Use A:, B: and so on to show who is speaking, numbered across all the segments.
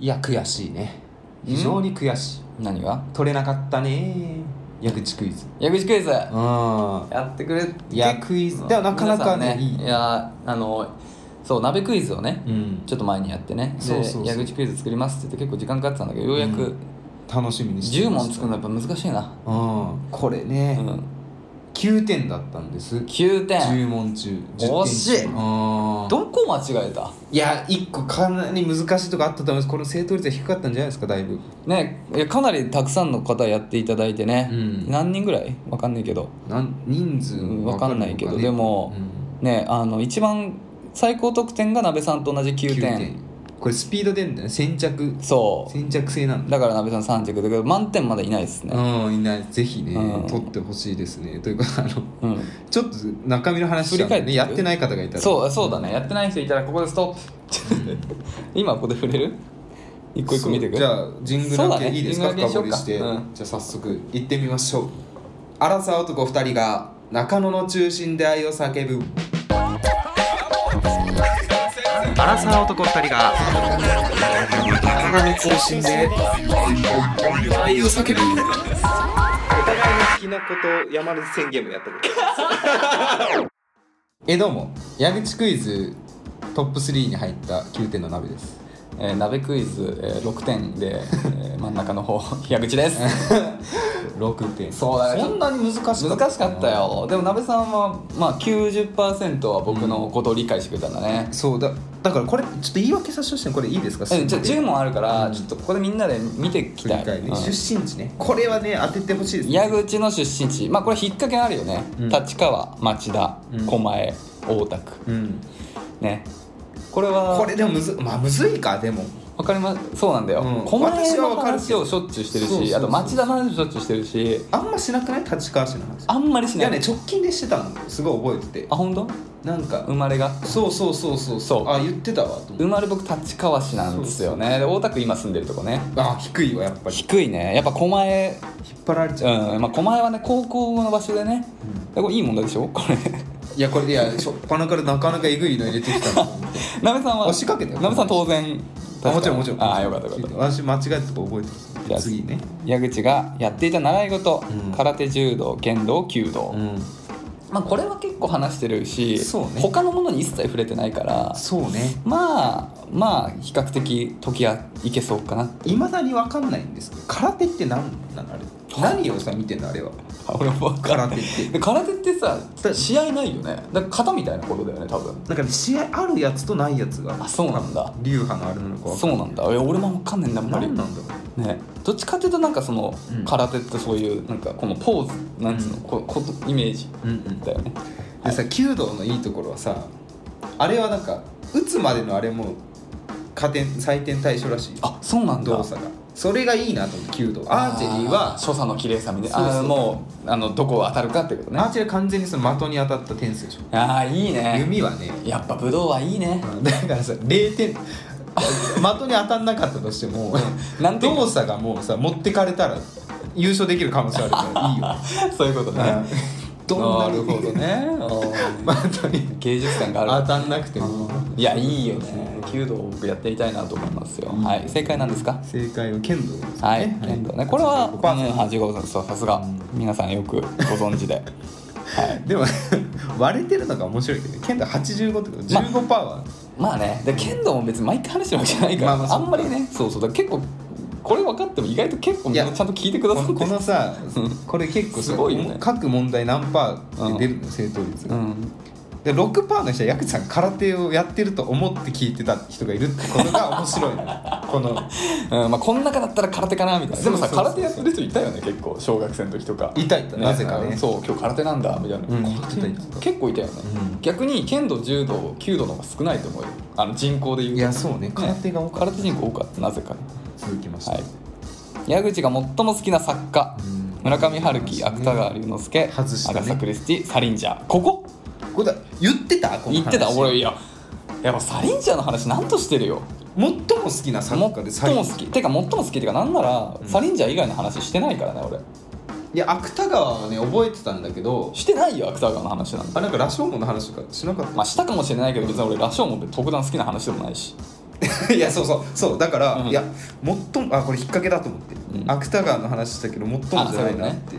A: いや悔しいね非常に悔しい
B: 何が
A: 取れなかったね矢口クイズ
B: 矢口クイズ
A: うん
B: やってくれ
A: いやクイズではなかなかね
B: 皆さんいやあのそう鍋クイズをね、
A: うん
B: ちょっと前にやってねで
A: そうそうそう
B: 矢口クイズ作りますって言って結構時間かかってたんだけどようや
A: う
B: く
A: ん楽しみにして
B: 10
A: ま
B: 問
A: した
B: 作るのやっぱ難しいな、
A: うんこれ
B: う
A: ね、
B: ん、
A: 9点だったんです
B: 9点
A: 10問中
B: 惜しい
A: 10点中うん
B: どこ間違えた
A: いや1個かなり難しいとかあったと思いますこの正答率は低かったんじゃないですかだいぶ
B: ねいやかなりたくさんの方やっていただいてね、
A: うん
B: 何人ぐらいわかんないけど
A: なん人数
B: うんわかんないけど
A: わかる
B: で
A: のかね
B: もねあの一番最高得点が鍋さんと同じ
A: うん
B: 9
A: 9
B: 点
A: 点これスピードでんだよね先着
B: そ
A: 先着制なん
B: う
A: だ
B: だから鍋さん3着だけど満点までいないですね
A: うんいないぜひね
B: うん
A: 取ってほしいですねというかあの
B: うん
A: ちょっと中身の話しちゃうんで
B: 振
A: ね
B: り返
A: や
B: って
A: ってない方がいたら
B: そうそうだねやってない人いたらここでストッ プ今ここで触れる一個一個見て
A: そ
B: く
A: うじゃあジングルだけいいですか、
B: そうだね
A: 深掘りして、
B: ジングルだけしようかうん
A: じゃあ早速行ってみましょう荒沢男2人が中野の中心で愛を叫ぶ荒沢男2人が中野の中心で愛を叫ぶお互いの好きなことを山根宣言もやってる えどうも矢口クイズトップ3に入った9点の鍋です
B: えー鍋クイズ、えー、6点で、え ー真ん中の方矢口です
A: 六点。
B: そうだね
A: そんなに難しかった。
B: 難しかった。よでも鍋さんはまあ90%は僕のことを理解してくれたんだね、
A: そうだ。だからこれちょっと言い訳させてほしいのこれいいですか。
B: うん、じゃあ10問あるから、
A: うん
B: ちょっとここでみんなで見てき
A: 振
B: た
A: り
B: い、
A: 返りね
B: うん
A: 出身地ね。これはね当ててほしいですね。
B: 矢口の出身地まあこれ引っ掛けあるよね、
A: うん
B: 立川町田
A: うん
B: 狛江大田区
A: うん。
B: ねこれは
A: これでもむずまあむずいかでも。
B: わかりますそうなんだよ、
A: うん
B: 狛江
A: 私はわ
B: の
A: かるけ
B: 話
A: ど
B: をしょっちゅうしてるし
A: そうそうそう
B: あと町田の話をしょっちゅうしてるし
A: あんましなくない立川市の話。
B: あんまりし
A: い
B: な
A: や
B: い
A: ね直近でしてたのすごい覚えてて
B: あ本当
A: なんか
B: 生まれが
A: そうそうそうそう
B: そう
A: あ言ってたわと思って
B: 生まれ僕立川市なんですよねで大田区今住んでるとこね
A: あ低いわやっぱり
B: 低いねやっぱ狛江
A: 引っ張られちゃう、
B: うんまあ狛江はね高校の場所でねでこれいい問題でしょこれ
A: いやこれいやしょっぱなからなかなかえぐいの入れてきたなと 思って
B: なべさんは
A: 押しかけてよ
B: なべさん当然
A: あもちろんもちろん
B: ああよかったよかった
A: 私間違えたとこ覚えてます
B: じゃあ
A: 次ね
B: 矢口がやっていた習い事、
A: うん
B: 空手柔道剣道弓道、
A: ん
B: まあこれは結構話してるし、
A: そうね
B: 他のものに一切触れてないから
A: そうね
B: まあまあ比較的時はいけそうかない
A: まだに分かんないんですけど空手って何なのあれ何をさ見てんのあれは
B: あ俺も分か
A: 空
B: ら
A: 手っ
B: な い
A: て
B: で空手ってさ
A: だ
B: 試合ないよねだから型みたいなことだよね多分
A: だから試合あるやつとないやつが
B: あそうなんだ
A: 流派のあれなのか分かん
B: そうなんだいや俺も分かんねえんだやっぱ
A: ない
B: り
A: 何なんだろ
B: ねどっちかっていうとなんかその
A: うん
B: 空手ってそういうなんかこのポーズなんつうの、
A: うん
B: こことイメージ
A: う、うんうん、で
B: だよね
A: さ弓道のいいところはさあれはなんか打つまでのあれも加点採点対象らしい
B: あそうなんだ
A: 動作がそれがいいなと思って弓道アーチェリーは
B: あ所作の綺麗さみたい
A: そう
B: な
A: そ
B: あ
A: う
B: ーもうあのどこを当たるかってことね
A: アーチェリーは完全にその的に当たった点数でしょ
B: ああいいね
A: 弓はね
B: やっぱ武道はいいね
A: だからさ0点的に当たんなかったとしても
B: なんていうの
A: 動作がもうさ持ってかれたら優勝できる可能性あるからいいよ
B: そういうことね
A: どんなる
B: なるほどねあー
A: 的に
B: 芸術感があ
A: 当
B: る
A: たんなくても
B: いやいいよね弓道を僕やってみたいなと思いますよ、はい正解なんですか
A: 正解は剣道ですね
B: はい、剣道ねこれは
A: 85%
B: 85分そうさすが皆さんよくご存 知で
A: でも割れてるのが面白いけどね剣道85とか15パーは、
B: まあねで剣道も別に毎回話してるわけじゃないから、
A: まあまあ
B: あ
A: そうん
B: まりねそうそうだから結構これ分かっても意外と結構みん
A: い
B: な
A: や
B: ちゃんと聞いてくださって
A: ここのさ
B: うん
A: これ結構さ
B: すごいよね
A: 各問題何パーって出るの正答率
B: う
A: が、
B: ん
A: で6パーの人はヤクさん空手をやってると思って聞いてた人がいるってことが面白 いなこの
B: うんまあ、この中だったら空手かなみたいなでもさ
A: そうそうそう
B: 空手やってる人いたよね結構小学生の時とか
A: いたいたなぜかね
B: うんそう今日空手なんだみたいな、
A: うん
B: 空手
A: いたいた
B: 結構いたよね、
A: うん
B: 逆に剣道柔道弓道の方が少ないと思うよあの人口で言う
A: い
B: と
A: やそうね空手が多かっ
B: 空手人口多かったなぜかね
A: た続きました、
B: はい矢口が最も好きな作家
A: うん
B: 村上春樹芥川龍之介、
A: 外したね
B: アガサ・クリスティサリンジャーここ
A: これだ言ってたこの
B: 言ってた
A: 話
B: 俺いややっぱサリンジャーの話何としてるよ
A: 最も好きな作
B: 最も
A: 家
B: 好
A: で
B: き
A: 最
B: てか最も好きってかなんなら、
A: うん
B: サリンジャー以外の話してないからね俺
A: いや芥川はね覚えてたんだけど
B: してないよ芥川の話なんて
A: あなんか羅生門の話とかしなかった
B: まあしたかもしれないけど別に俺羅生門って特段好きな話でもないし
A: いやそうそうそうだから、
B: うん
A: いや最もあこれ引っ掛けだと思って、
B: うん
A: 芥川の話したけど最もじゃないなって、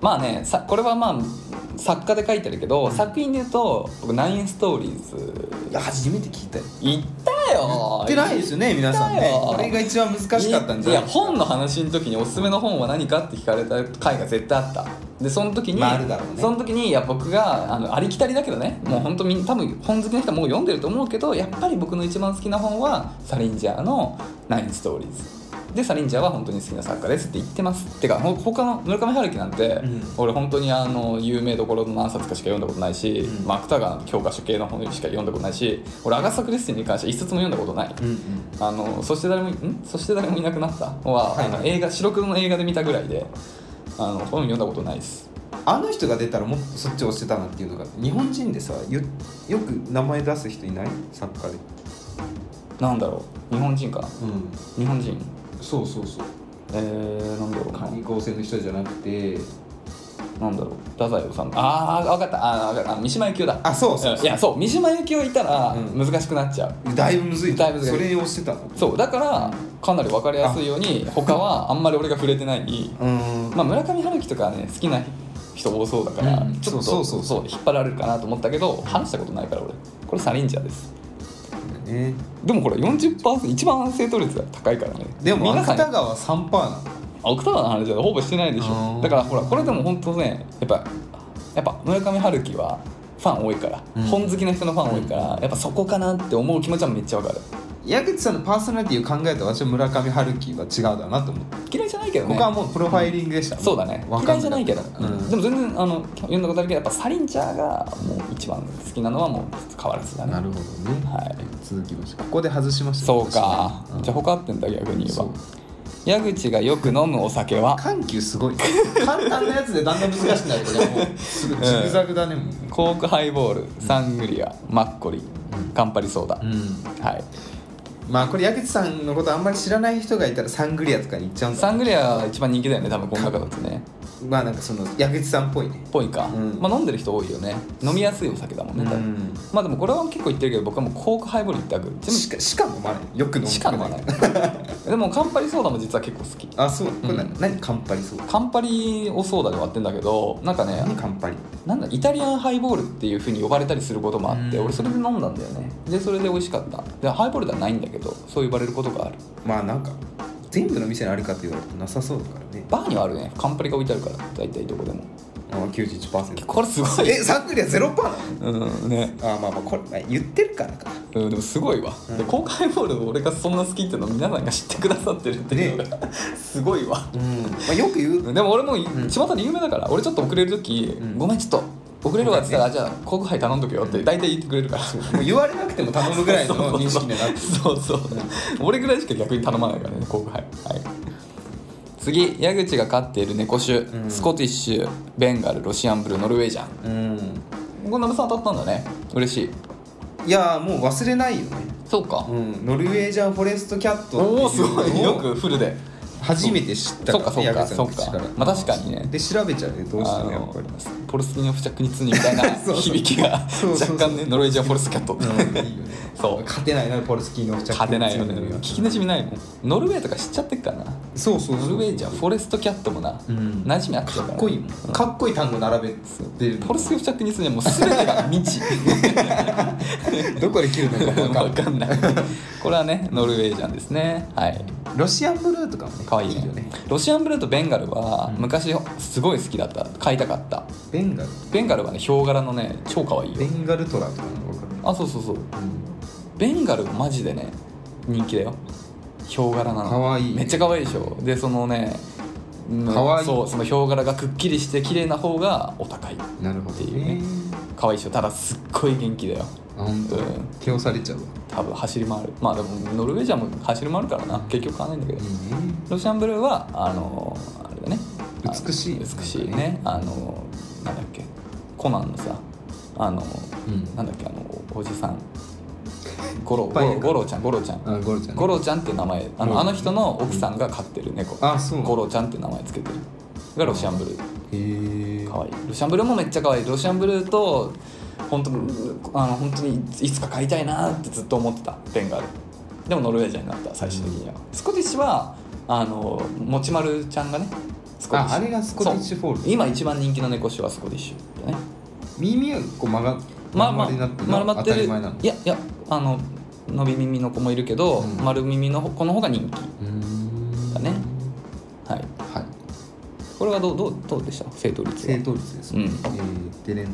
B: まあねさこれはまあ作家で書いてあるけど、作品で言うと僕ナインストーリーズ
A: いや初めて聞いたよ
B: 言ったよ
A: 言ってないですよね皆さん
B: 言
A: ね
B: ったよ
A: これが一番難しかったんじゃない
B: や本の話の時におすすめの本は何かって聞かれた回が絶対あったでその時に、
A: まああるだろうね
B: その時にいや僕があのありきたりだけどねもう本当みんな多分本好きな人はもう読んでると思うけどやっぱり僕の一番好きな本はサリンジャーの「ナインストーリーズ」でサリンジャーは本当に好きな作家ですって言ってますてかほ他の村上春樹なんて、
A: ん
B: 俺本当にあの有名どころの何冊かしか読んだことないし、
A: うん
B: マクタガーの教科書系の本しか読んだことないし俺アガサ・クリスティに関しては一冊も読んだことない、
A: うんうん
B: あのそして誰もいんそして誰もいなくなった
A: は
B: は、
A: いはい
B: あの映画白黒の映画で見たぐらいであの本読んだことないです
A: あの人が出たらもっとそっち押してたなっていうのが日本人でさよよく名前出す人いない作家で、
B: なんだろう日本人かな
A: うん、
B: 日本人
A: そうそうそう
B: えー、なんだろう
A: カ
B: な
A: ニ合成の人じゃなくて
B: なんだろう太宰治ああ分かったあーわかったあ三島由紀夫だ
A: あそうそうそう
B: いやそう三島由紀夫いたら
A: うん
B: 難しくなっちゃう、
A: だいぶむずい
B: だいぶむずい
A: それに押してたの
B: そうだからかなり分かりやすいように他はあんまり俺が触れてない
A: うん
B: まあ、村上春樹とかね好きな人多そうだから、
A: うん
B: ちょっと
A: そうそうそう
B: 引っ張られるかなと思ったけど話したことないから俺これサリンジャーです
A: ね
B: でもこれ40%一番正答率が高いからね
A: でも
B: 皆さん
A: 芥川3パーなの
B: 奥多摩の話はほぼしてないでし
A: あ
B: ょ
A: ー
B: だからほらこれでも本当ねやっぱやっぱ村上春樹はファン多いから、
A: うん
B: 本好きな人のファン多いからやっぱそこかなって思う気持ちはめっちゃわかる
A: 矢口さんのパーソナリティを考えたら私は村上春樹は違うだなと思って、
B: 嫌いじゃないけどね
A: 僕はもうプロファイリングでした、
B: そうだね
A: わか
B: 嫌
A: ん
B: いじゃないけど、
A: うん
B: でも全然あの読んだことあるけどやっぱサリンジャーがもう一番好きなのはもう変わらずだね
A: なるほどね、
B: はい
A: 続きましてここで外しました
B: そうか
A: 私、ねうん
B: じゃあ他あってんだ逆に言え
A: そ
B: ば
A: う
B: 矢口がよく飲むお酒は
A: 緩急すごい簡単なやつでだんだん難しくなるこ れはもうすぐジグザグだねもう
B: コークハイボールサングリアマッコリカンパリソーダ、
A: うん
B: はい
A: まあこれ矢口さんのことあんまり知らない人がいたらサングリアとかに行っちゃうんだ
B: サングリアは一番人気だよね多分この中だとね
A: まあなんかその矢口さんっぽいね
B: ぽいか、
A: うん
B: まあ飲んでる人多いよね飲みやすいお酒だもんね多分、
A: うん
B: まあでもこれは結構言ってるけど僕はもうコークハイボール一択
A: しかしか飲まないよく飲む
B: しか飲まない でもカンパリソーダも実は結構好き
A: あそうこれな、
B: うん
A: 何カンパリそう
B: カンパリをソーダで割ってんだけどなんかね
A: 何カンパリって
B: なんだイタリアンハイボールっていう風に呼ばれたりすることもあって、
A: うん
B: 俺それで飲んだんだよねでそれで美味しかったでハイボールではないんだけどそう呼ばれることがある
A: まあなんか全部の店にあるかと言われるとなさそうだからね
B: バーにはあるねカンパリが置いてあるから大体どこでも
A: あ91%
B: これすごい
A: えサングリア0%なの
B: うんね
A: あまあまあこれ、まあ、言ってるからか
B: うん、でもすごいわ、
A: うん
B: で公開ボールを俺がそんな好きっていうのを皆さんが知ってくださってるっていうのが、 すごいわ
A: うん、まあ、よく言う
B: でも俺も
A: ん
B: 巷で有名だから俺ちょっと遅れる時、
A: うん
B: ごめんちょっと遅れるわって言ったら、じゃあコークハイ頼んどくよって大体言ってくれるから、
A: もう言われなくても頼むぐら いの認識にはなって
B: そうそう俺ぐらいしか逆に頼まないからね後輩はい次矢口が飼っている猫種、
A: うん
B: スコティッシュベンガルロシアンブルノルウェージャン
A: うん
B: これナムさん当たったんだね嬉しい
A: いやーもう忘れないよね、
B: そうか、
A: うん、ノルウェージャンフォレストキャット
B: おお
A: って
B: す
A: いう
B: ごい
A: の
B: よ
A: を
B: くフルで
A: 初めて知った
B: そうかそう
A: 矢
B: か
A: 口さ
B: そ
A: ん
B: う
A: の口
B: か
A: から
B: まあ確かにね
A: で調べちゃうねどうして
B: あ
A: もやっ
B: の
A: ぱり
B: ポルスキの付着に罪みたいな
A: そうそう
B: 響きが
A: そうそうそう
B: 若干ねノルウェージャンフォルスキャット、
A: うんいいよね
B: そう
A: 勝てないなポルスキーの付着
B: 勝てないよね聞きなじみないもんノルウェーとか知っちゃってっからな
A: そうそう
B: ノ
A: そう
B: ルウェージャンフォレストキャットもな、
A: うん
B: 馴染みあってる
A: か
B: ら
A: っこいいもんかっこいい単語並べてる
B: ポルス付着にするにはもう全てが未 知
A: どこで切るのか分 か
B: わ
A: んない
B: かんないこれはねノルウェージャンですねはい
A: ロシアンブルーとかもね
B: 可愛いね
A: よね
B: ロシアンブルーとベンガルは
A: うん
B: 昔すごい好きだった飼いたかった
A: ベンガル
B: ベンガルはねヒョウ柄のね超可愛い
A: ベ
B: よ
A: ンガルトラとかの分かる
B: あそうそうそうベンガルマジでね人気だよヒョウ柄なの
A: 可愛い
B: めっちゃ可愛いでしょでそのねうん
A: 可愛い
B: そうそのヒョウ柄がくっきりして綺麗な方がお高い
A: なるほ
B: っていうね可愛いでしょただすっごい元気だよ
A: あ本当
B: うん
A: 手押されちゃうわ
B: 多分走り回るまあでもノルウェージャンも走り回るからな結局買わないんだけど
A: いいね
B: ロシアンブルーはあのーあれだねあの
A: 美しい
B: 美しいねあのーなんだっけコナンのさあのー
A: うん
B: なんだっけあのおじさんゴロ
A: いっ
B: ゴ
A: ぱいい
B: ロ
A: る
B: ゴロちゃんゴロちゃん
A: あゴロちゃんね
B: ゴロちゃんって名前あ
A: ゴロ
B: のあの人の奥さんが飼ってる猫
A: あそう
B: ゴロちゃんって名前つけてるがロシアンブルー
A: へえ
B: 可愛いロシアンブルーもめっちゃ可愛いロシアンブルーと本当あの本当にいつか買いたいなってずっと思ってたペンがあるでもノルウェージャンになった最終的には、スコティッシュはあのもちまるちゃんがねスコティッシ
A: あ
B: ュ
A: あれがスコティッシュフォール
B: そう今一番人気の猫種はスコティッシュだね
A: 耳がこう曲が
B: まあまあ
A: 丸まってる
B: 丸まっ
A: 当
B: て
A: た
B: る
A: り前なの
B: いやいやあの伸び耳の子もいるけど、
A: うん
B: 丸耳の子の方が人気
A: うーん
B: だねはい
A: はい
B: これはどうどうどうでした正答率は
A: 正答率です、
B: うん
A: えー、でね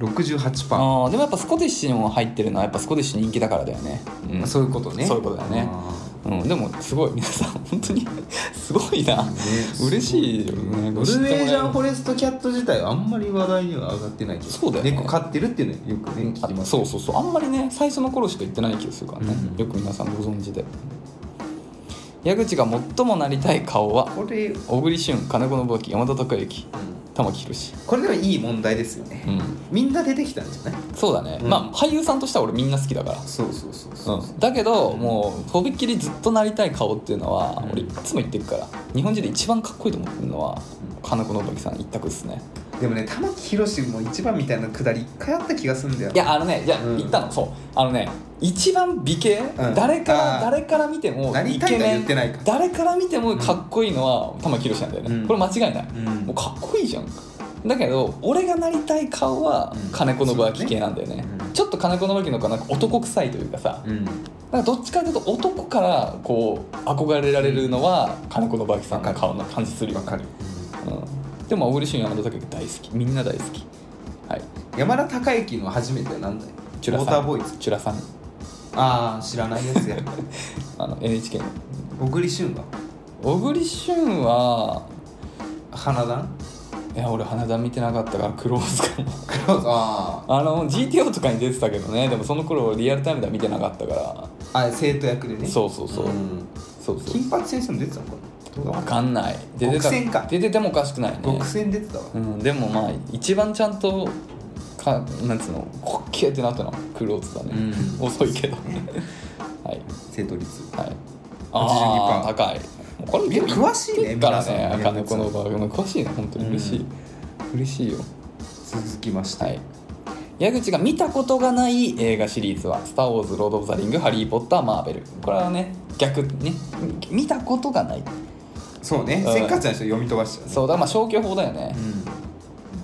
A: 68%パー、
B: あーでもやっぱスコティッシュにも入ってるのはやっぱスコティッシュ人気だからだよね、うん
A: そういうことね
B: そういうことだよね
A: あ
B: うん、でもすごい皆さん本当に すごいな、
A: ーね
B: 嬉しいよ
A: そう
B: ね
A: ノルウェージャンフ
B: ホ
A: ォレストキャット自体はあんまり話題には上がってないけど
B: そうだよね
A: 猫飼ってるっていうのはよくね聞きます
B: そうそうそうあんまりね最初の頃しか言ってない気がするからね、
A: うん
B: よく皆さんご存知で矢口が最もなりたい顔は
A: これ、うん、
B: 小栗旬金子信明山田孝之玉木宏
A: これでもいい問題ですよね、
B: うん
A: みんな出てきたんじゃない
B: そうだね、
A: うん
B: まあ俳優さんとしては俺みんな好きだから
A: そうそうそうそう、
B: うん、だけどもうとびっきりずっとなりたい顔っていうのは
A: うん
B: 俺いつも言ってるから日本人で一番かっこいいと思ってるのは
A: う
B: 金子信明さん一択っすね
A: でもね玉木宏も一番みたいなくだり一回あった気がするんだよ
B: いやあのねいや
A: うん
B: 言ったのそうあのね一番美形、
A: ん
B: 誰から
A: あー
B: 誰から見ても
A: なり
B: イ
A: たい
B: ケ
A: が
B: メ
A: 言っ
B: ン
A: てないから
B: 誰から見てもかっこいいのは玉木宏なんだよね、
A: うん
B: これ間違いない、
A: うん
B: もうかっこいいじゃんだけど俺がなりたい顔は
A: うん
B: 金子信明系なんだよね,、
A: うん
B: ちょっと金子信明の方がなんか男臭いというかさ、
A: うん
B: なんかどっちかというと男からこう憧れられるのは金子信明さんの顔の感じするよ
A: わかる、
B: うん、でも小栗旬山田孝之大好きみんな大好きはい
A: 山田孝之の初めては何だよ
B: チュ
A: ウォー
B: ラさん
A: ターボーイズ
B: チュラさん
A: ああ知らないやつや
B: あの NHK の
A: 小栗旬が
B: 小栗旬は
A: 花壇
B: いや俺花壇見てなかったからクローズかも
A: あ
B: あの GTO とかに出てたけどねでもその頃リアルタイムでは見てなかったから
A: ーあ生徒役でね
B: そうそうそう、
A: ん
B: そうそう
A: 金八先生も出てたのかなどうだ
B: わ
A: ろ
B: かんない出て
A: 極戦
B: た
A: か
B: 出ててもおかしくないね
A: う極戦出てたわ
B: うん、でもまあ一番ちゃんとかなんつうの滑稽ってなったのはクローズだね、
A: うん
B: 遅いけどはい
A: 正答率
B: はい
A: 82%
B: あー高いもうこれ
A: いや詳しいね
B: 結構から
A: 皆さん
B: ね
A: ね
B: 金子の場合も詳しいね本当に嬉しい、嬉しいよ
A: 続きまして、
B: はい矢口が見たことがない映画シリーズは「スター・ウォーズ」「ロード・オブ・ザ・リング」「ハリー・ポッター」「マーベル」これはね逆ね見たことがない
A: そうね
B: うん
A: せっかちな人読み飛ばしちゃうね
B: そうだからまあ消去法だよね、
A: うん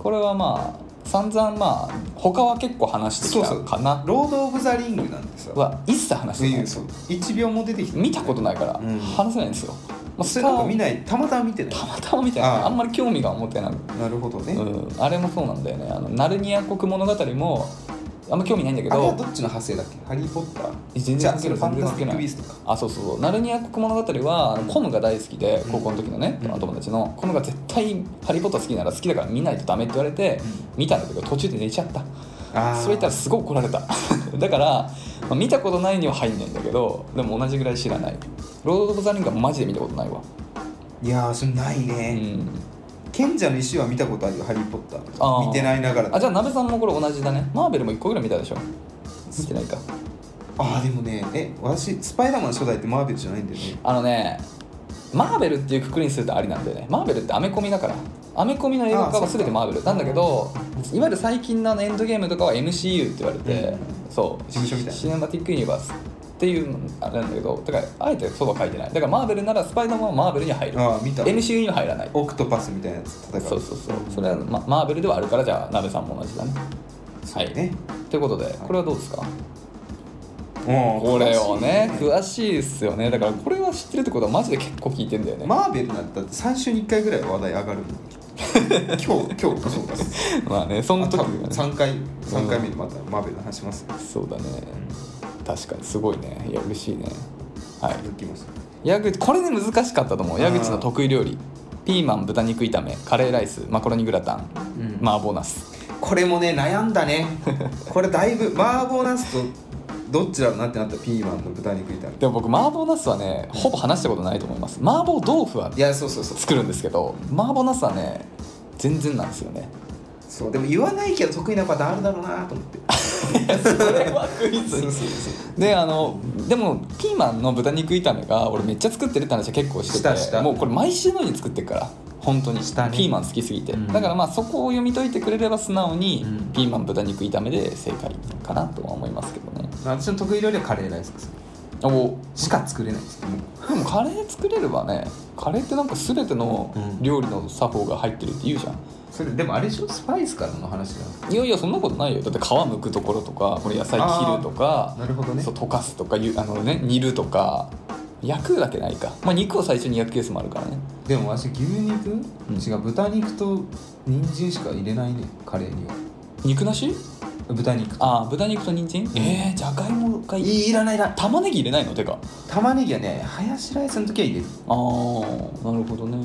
B: これはまあ散々まあ他は結構話してきたかな
A: ロード・オブ・ザ・リングなんてさ
B: は一切話してない
A: ねそう1秒も出てきて
B: 見たことないから
A: うん
B: 話せないんですよ、まあ
A: それとか見ないたまたま見てない
B: たまたまみたいな
A: あ
B: あ
A: あ
B: んまり興味が持てない、
A: なるほどね、
B: うん、あれもそうなんだよねあのナルニア国物語もあんま興味ないんだけ
A: あれはど
B: ど
A: っちの派生だっけハリー・ポッター
B: え全
A: じゃ
B: 然
A: あ
B: 関係
A: そ
B: な
A: れ
B: い
A: ファンタ
B: 全
A: スティック・
B: 然関係
A: ビ
B: な
A: ー
B: い
A: ストか
B: あそうそうそうナルニア国物語はあのコムが大好きで
A: うん
B: 高校の時のね、
A: うん
B: お友達のコムが絶対「ハリー・ポッター」好きなら好きだから見ないとダメって言われて、見たんだけど途中で寝ちゃった
A: あー
B: それ言ったらすごい怒られた だから、まあ見たことないには入んないんだけどでも同じぐらい知らないロード・オブ・ザ・リングはマジで見たことないわ
A: いやーそれない
B: うん、
A: ね、賢者の石は見たことあるよハリー・ポッター
B: あー
A: 見てないながら
B: あじゃあ鍋さんもこれ同じだねマーベルも1個ぐらい見たでしょ見てないか
A: ああでもねえ私スパイダーマン初代ってマーベルじゃないんだよね
B: あのねマーベルっていうくくりにするとありなんだよねマーベルってアメコミだからアメコミの映画化は全てマーベルなんだけどいわゆる最近のエンドゲームとかは MCU って言われて、そう
A: 事務所みたいな
B: シネマティック・ユニバースっていうあれなんだけどだからあえてそうは書いてないだからマーベルならスパイダーマンはマーベルに入る
A: ああ見た
B: MCU には入らない
A: オクトパスみたいなやつ戦う
B: そうそうそうそれはママーベルではあるからじゃあ鍋さんも同じだねはい
A: ね
B: ということでこれはどうですか、
A: うん
B: これをね
A: 詳しい
B: 詳しいっすよねだからこれは知ってるってことはマジで結構聞いてんだよ ね、
A: マーベルなんてだって3週に1回ぐらい話題上がるも ん今日今日そうだ
B: まあねその時
A: 多
B: は
A: 分
B: ね
A: 3回三回目にまたマーベルの話しますよ
B: そうだね確かにすごいねいや嬉しいねはい
A: 続きまして
B: 矢口これね難しかったと思う
A: あー
B: 矢口の得意料理ピーマン豚肉炒めカレーライスマカロニグラタン、
A: うん
B: マーボーナス
A: これもね悩んだねこれだいぶマーボーナスとどっちだろうなってなったらピーマンの豚肉炒め
B: でも僕マーボーナスはねほぼ話したことないと思いますマーボー豆腐はい
A: やそうそうそう
B: 作るんですけどマーボーナスはね全然なんですよね
A: そうでも言わないけど得意なパターンあるだろうなと思って
B: それはクイ
A: そうそうそう
B: であのでもピーマンの豚肉炒めが俺めっちゃ作ってるって話は結構してて
A: したした
B: もうこれ毎週のように作ってるから本当に、
A: したね
B: ピーマン好きすぎて、
A: うん
B: だからまあそこを読み解いてくれれば素直に、
A: うん
B: ピーマン豚肉炒めで正解かなとは思いますけどね
A: 私の得意料理はカレーライスです
B: お
A: しか作れないんですよもう
B: でもカレー作れればねカレーってなんか全ての
A: うん
B: 料理の作法が入ってるって言うじゃん、
A: それでもあれでしょスパイスからの話だ
B: いやいやそんなことないよだって皮むくところとかこれ野菜切るとか
A: なるほどね
B: そう溶かすとかゆあの、ね、煮るとか焼くだけないか、まあ、肉を最初に焼くケースもあるからね
A: でも私牛肉、
B: ん
A: 違う豚肉と人参しか入れないねカレーには
B: 肉なし
A: 豚肉
B: ああ豚肉と人参、えー、じゃがいもがいい
A: いいらないら
B: 玉ねぎ入れないのてか
A: 玉ねぎはねハヤシライスの時は入れる
B: ああなるほどね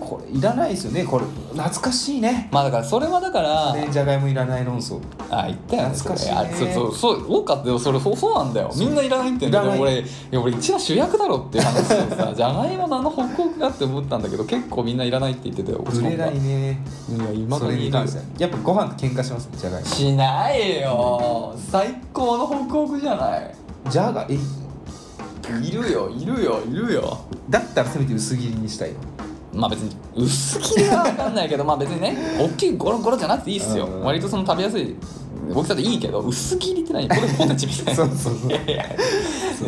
A: これいらないですよねこれ懐かしいね
B: まあだからそれはだから
A: ねじゃがいもいらない論争
B: あ言ったよねそ
A: 懐
B: れ
A: かしいね
B: あそうそうそう多かったよそれそうそうなんだよみんないらないって言うんだけど
A: いらない
B: 俺いや俺一番主役だろっていう話を さじゃがいものあのホクホクがって思ったんだけど結構みんないらないって言ってたよ
A: 売れないね
B: いや今
A: そ
B: の
A: れに
B: い
A: 関してはやっぱご飯と喧嘩しますねじゃがいも
B: しないよ最高のホクホクじゃない
A: じゃがえ
B: いるよいるよいるよ
A: だったらせめて薄切りに したいよ
B: まあ別に薄切りは分かんないけ どまあ別にね大きいゴロゴロじゃなくていいっすよ
A: うん
B: 割とその食べやすい大きさでいいけど薄切りって何これポテチみたいな
A: そうそう そう
B: いやいや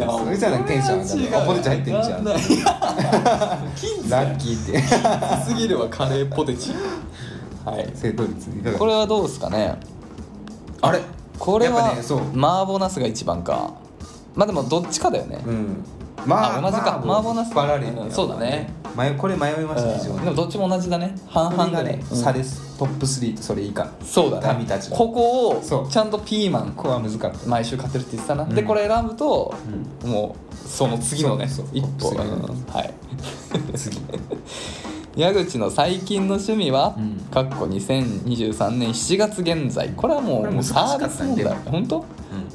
A: そうそれじゃなんかテンション上がるあポテチ入ってんじゃん
B: ラッ
A: ラッ
B: キ
A: キーって
B: ーすぎるわカレーポテチはい
A: 正答率いかが
B: これはどうですかね
A: あれ
B: これ
A: やっ
B: は
A: ぱねそう
B: 麻婆茄子が一番かまあでもどっちかだよね
A: うん
B: あ同じか麻婆茄子
A: 引っ張られる
B: うんそうだね
A: 迷これ迷いました非常
B: うん
A: に
B: でもどっちも同じだね半
A: こ
B: 々
A: れがね、
B: うん
A: 差ですトップ3とそれ以下
B: そうだね
A: 民たちの
B: ここ
A: そ
B: を
A: う
B: ちゃんとピーマン
A: ここは難かった
B: 毎週買ってるって言ってたな、
A: うん
B: でこれ選ぶと、もうその次のね
A: そうそう
B: 一歩、
A: 次のね
B: うんはい
A: 次
B: 矢口の最近の趣味は、
A: うん
B: かっこ2023年7月現在これはも
A: こ
B: う
A: れ
B: も
A: 難
B: う
A: し
B: サ
A: か
B: ー
A: った
B: ビ
A: ね
B: ス問題
A: でも
B: 本当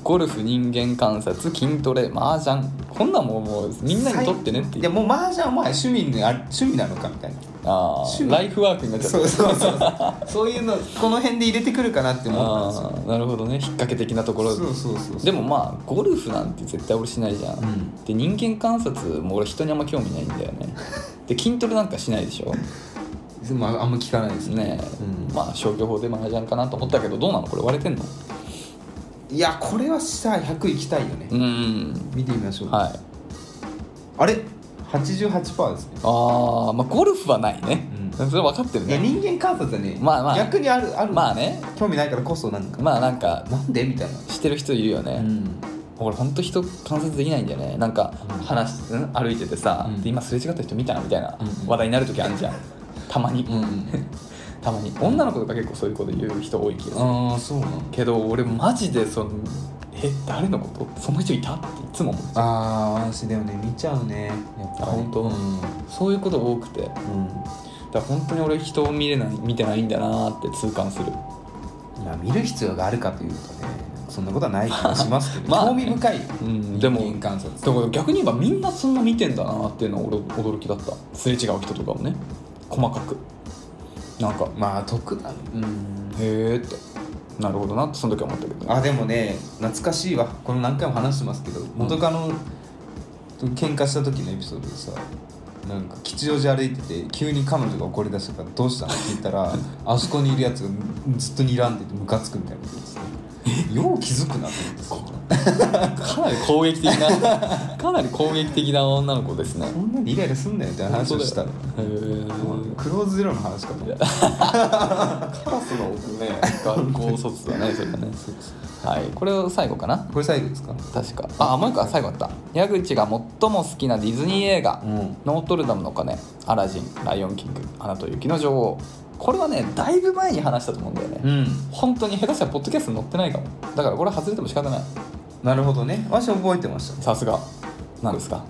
B: ゴルフ人間観察筋トレ麻雀こんなんもうもうみんなにとってねって
A: い
B: い
A: や
B: う
A: もう麻雀はもはや趣味にあ趣味なのかみたいな
B: あー
A: 趣味
B: ライフワークになっちゃった
A: そうそうそう そういうのこの辺で入れてくるかなって思ったんですよ
B: あーなるほどね引っ掛け的なところ
A: そうそうそう
B: でもまあゴルフなんて絶対俺しないじゃん、
A: うん
B: で人間観察も俺人にあんま興味ないんだよ ねで筋トレなんかしないでしょ
A: でもああんま聞かないですね
B: ねえ、
A: うん
B: まあ消去法でマージャンかなと思ったけどどうなのこれ割れてんの
A: いやこれはさ100いきたいよね
B: う、ん
A: 見てみましょう、
B: はい
A: あれ88%ですね
B: ああまあゴルフはないね、
A: う
B: それ分かってる
A: いや
B: ね
A: 人間観察はね、
B: まあまあ
A: 逆にあるある、
B: まあね
A: 興味ないからこそなんか
B: まあなんか
A: なんでみたい
B: してる人いるよね、
A: な、ん、
B: 俺ほんと人観察できないんだよねなんか
A: うん
B: 話し、うん歩いててさ、
A: うん
B: で今すれ違った人見たみたいな
A: うんうん
B: 話題になる時あるじゃんたまに、
A: うん
B: たまに女の子とか結構そういうこと言う人多い気がする
A: ああそうなの
B: けど俺マジでそのえ誰のことその人いたっていつも思う
A: ああ私でもね見ちゃうねやっぱり
B: あ本当
A: うん、
B: そういうこと多くてだか
A: う
B: ら本当に俺人を見れない見てないんだなーって痛感する
A: ん、いや見る必要があるかというとねそんなことはない気がしますけど、
B: まあ
A: 興味深いよ、
B: うんでも
A: 人間観察
B: だから逆に言えばみんなそんな見てんだなっていうのは俺驚きだったすれ違う人とかもね細かくなんか
A: まあ特段うん
B: へえってなるほどなってその時は思ったけどね
A: あでもね懐かしいわこの何回も話してますけど元カノと喧嘩した時のエピソードでさなんか吉祥寺歩いてて急に彼女が怒り出したからどうしたのって聞いた らあそこにいるやつがずっと睨んでてムカつくみたいなことです ねよう気づくなと思ってさ
B: かなり攻撃的 なかなり攻撃的な女の子ですね
A: そんなにイライラすんなよみたいな話をしたら
B: へえ
A: クローズゼロの話かと思った
B: カラスの ね学校卒だねそれがねはいこれを最後かな
A: これ最後ですか
B: 確かあもう一個は最後あった矢口が最も好きなディズニー映画「
A: うん
B: ノートルダムの鐘」「アラジン」「ライオンキング」「アナと雪の女王」これはねだいぶ前に話したと思うんだよね、
A: うん
B: 本当に下手したらポッドキャストに載ってないかもだからこれ外れても仕方ない
A: なるほどね私覚えてました
B: さすがなんですか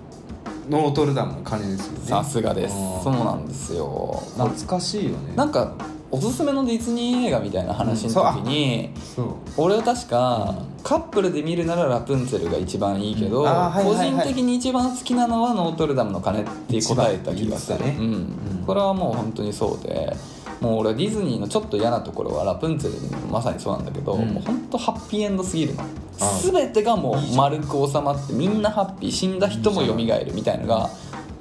A: ノートルダムの鐘ですよね
B: さすがです
A: うん
B: そうなんですよな
A: 懐かしいよね
B: なんかおすすめのディズニー映画みたいな話の時に、
A: そう
B: 俺は確かカップルで見るならラプンツェルが一番いいけど、
A: うんあーはい
B: 個
A: はいはい
B: 人的に一番好きなのはノートルダムの鐘って答えた気がす
A: 一番言って
B: る、う
A: た
B: ん
A: ねうん
B: これはもう本当にそうでもう俺はディズニーのちょっと嫌なところはラプンツェルにまさにそうなんだけど、
A: うん
B: もう本当ハッピーエンドすぎるの
A: あ
B: 全てがもう丸く収まってみんなハッピー死んだ人も蘇るみたいのが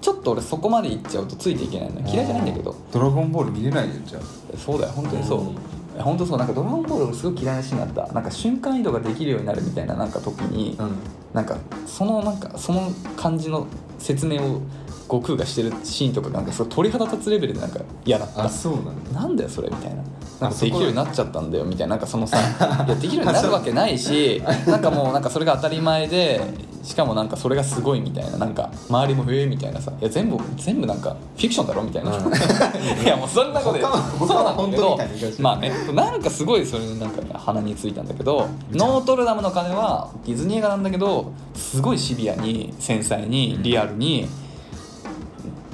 B: ちょっと俺そこまでいっちゃうとついていけないの嫌いじゃないんだけど
A: ドラゴンボール見れないよじゃあ
B: そうだよ本当にそう、
A: うん
B: 本当そうなんか「ドラゴンボール」俺すごく嫌いなシーンがあったなんか瞬間移動ができるようになるみたいななんか時に、
A: うん
B: なんかそのなんかその感じの説明を悟空がしてるシーンとかがなんかすごい鳥肌立つレベルでなんか嫌だった
A: あそうなんだ
B: なんだよそれみたいななん
A: あ
B: か
A: そ
B: でき
A: こ
B: るようになっちゃったんだよみたいななんかそのさ いやできるようになるわけないしなんかもうなんかそれが当たり前でしかもなんかそれがすごいみたいななんか周りも「へえ」みたいなさ「いや全部全部なんかフィクションだろ」みたいな、
A: うん
B: いやもうそんなことで
A: 他は他は本当みたいな言い方してる
B: まあねなんかすごいそれになんかね鼻についたんだけど「ノートルダムの鐘」はディズニー映画なんだけどすごいシビアに繊細にリアルに、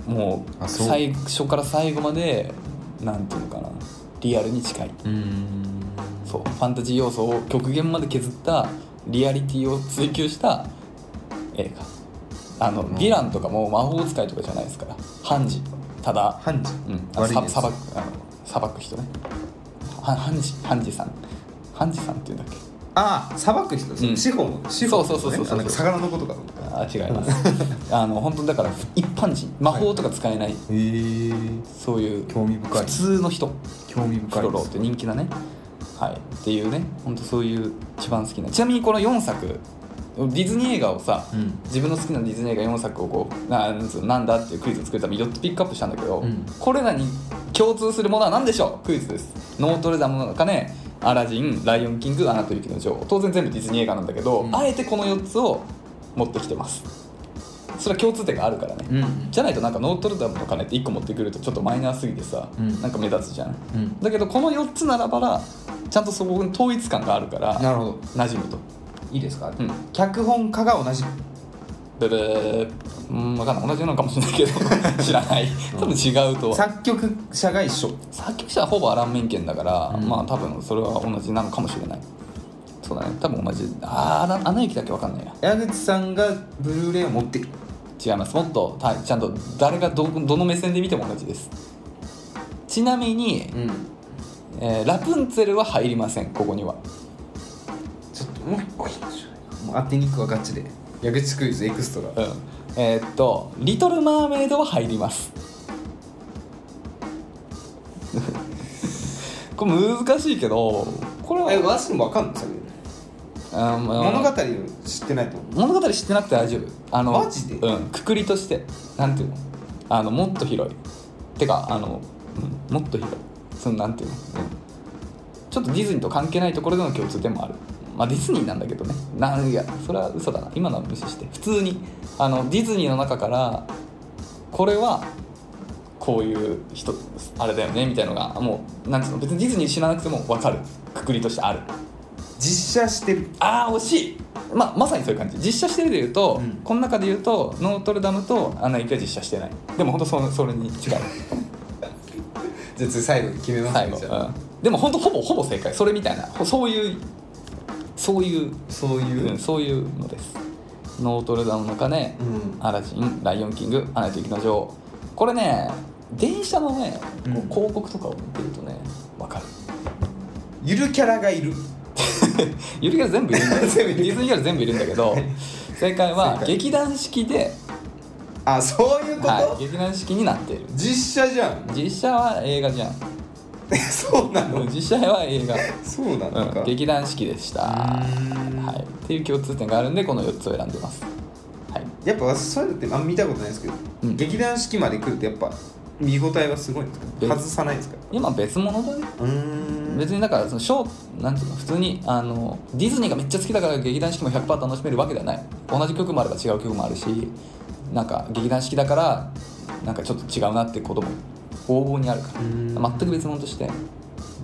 B: もう
A: あそう
B: 最初から最後までなんていうのかなリアルに近い
A: うん
B: そうファンタジー要素を極限まで削ったリアリティを追求した映画あの、
A: ん
B: ヴィランとかも魔法使いとかじゃないですから判事ただ、
A: 判事
B: うん、あの
A: 悪い
B: さ
A: やつ
B: 裁くあの裁く人ねは判事判事さん判事さんっていうんだっけ
A: ああ裁く人、
B: うん
A: 司法の司法のね
B: そうそうそうそうそう
A: あなんか魚のことかと思った
B: あ違いま すあの本当だから一般人魔法とか使えない、
A: へえ
B: そういう
A: 興味深い
B: 普通の人
A: 興味
B: フ
A: 深い
B: ロロって人気だねはいっていうねほんとそういう一番好きなちなみにこの4作ディズニー映画をさ、
A: うん
B: 自分の好きなディズニー映画4作をこうななんつうのなんだっていうクイズを作るために4つピックアップしたんだけど、
A: うん
B: これらに共通するものは何でしょうクイズですノートルダムの鐘、アラジン「ライオンキング」「アナと雪の女王」当然全部ディズニー映画なんだけど、
A: うん
B: あえてこの4つを持ってきてますそれは共通点があるからね、
A: うん
B: じゃないとなんかノートルダムの鐘って1個持ってくるとちょっとマイナーすぎてさ、
A: うん
B: なんか目立つじゃん
A: うん
B: だけどこの4つならばらちゃんとそこに統一感があるから
A: なるほど
B: 馴染むと
A: いいですか、
B: うん
A: 脚本家が同じ
B: ブブーうん分かんない同じなのかもしれないけど 知らない多分違うと
A: 作曲者が一緒
B: 作曲者はほぼアラン・メンケンだから、
A: うん
B: まあ多分それは同じなのかもしれないそうだね多分同じあーあの駅だけ分かんないや
A: 矢口さんがブルーレイを持ってくる
B: 違いますもっとたちゃんと誰がどどの目線で見ても同じですちなみに、
A: うん
B: えーラプンツェルは入りませんここには
A: ちょっともう一個いいでしょもう当てに行くわガチで矢口クイズエクストラ
B: うんえーっと「リトル・マーメイド」は入ります これ難しいけどこれは
A: え私もわかんないそれ
B: あまあ
A: 物語を知ってないと思う
B: 物語知ってなくて大丈夫あの
A: マジで
B: うん、くくりとしてなんていうのあのもっと広いてかあの、うん、もっと広いそのなんていうの、うんちょっとディズニーと関係ないところでの共通点もあるまあディズニーなんだけどねなんいやそれは嘘だな今のは無視して普通にあのディズニーの中からこれはこういう人あれだよねみたいのがもうなんていうの別にディズニー知らなくても分かるくくりとしてある
A: 実写してる
B: あー惜しい、まあ、まさにそういう感じ実写してるでいうと、
A: うん
B: この中でいうとノートルダムとアナ雪は実写してないでも本当その それに近い
A: じゃあ次最後に決めます
B: 最
A: ね
B: 後、
A: じゃあ
B: うん、でも本当ほぼほぼ正解それみたいなほそういうそういう、
A: そういう、
B: うん、そういうのですノートルダムの鐘、
A: うん
B: アラジンライオンキングアナと雪の女王これね電車のね、こう
A: うん
B: 広告とかを見てるとねわかる
A: ゆるキャラがいる
B: ゆるキャラ全部いるんだ よ
A: 全部いる
B: ディズニーキャラ全部いるんだ けど正解は
A: 正解
B: 劇団式で
A: あそういうこと、
B: はい、劇団式になっている
A: 実写じゃん
B: 実写は映画じゃん
A: そうなの
B: 実写は映
A: そうな
B: 画、
A: のか、
B: うん、劇団式でした
A: ーん
B: はい、っていう共通点があるんでこの4つを選んでます、はい、
A: やっぱ私そういうのってあんま見たことないですけど、
B: うん
A: 劇団四季まで来るとやっぱ見応えはすごいんですか
B: え
A: 外さないんですか
B: 今別物だね
A: うーん
B: 別にだからそのショーなんていうの普通にあのディズニーがめっちゃ好きだから劇団四季も100%楽しめるわけではない同じ曲もあれば違う曲もあるしなんか劇団四季だからなんかちょっと違うなってことも往々にあるから
A: うーん
B: 全く別物として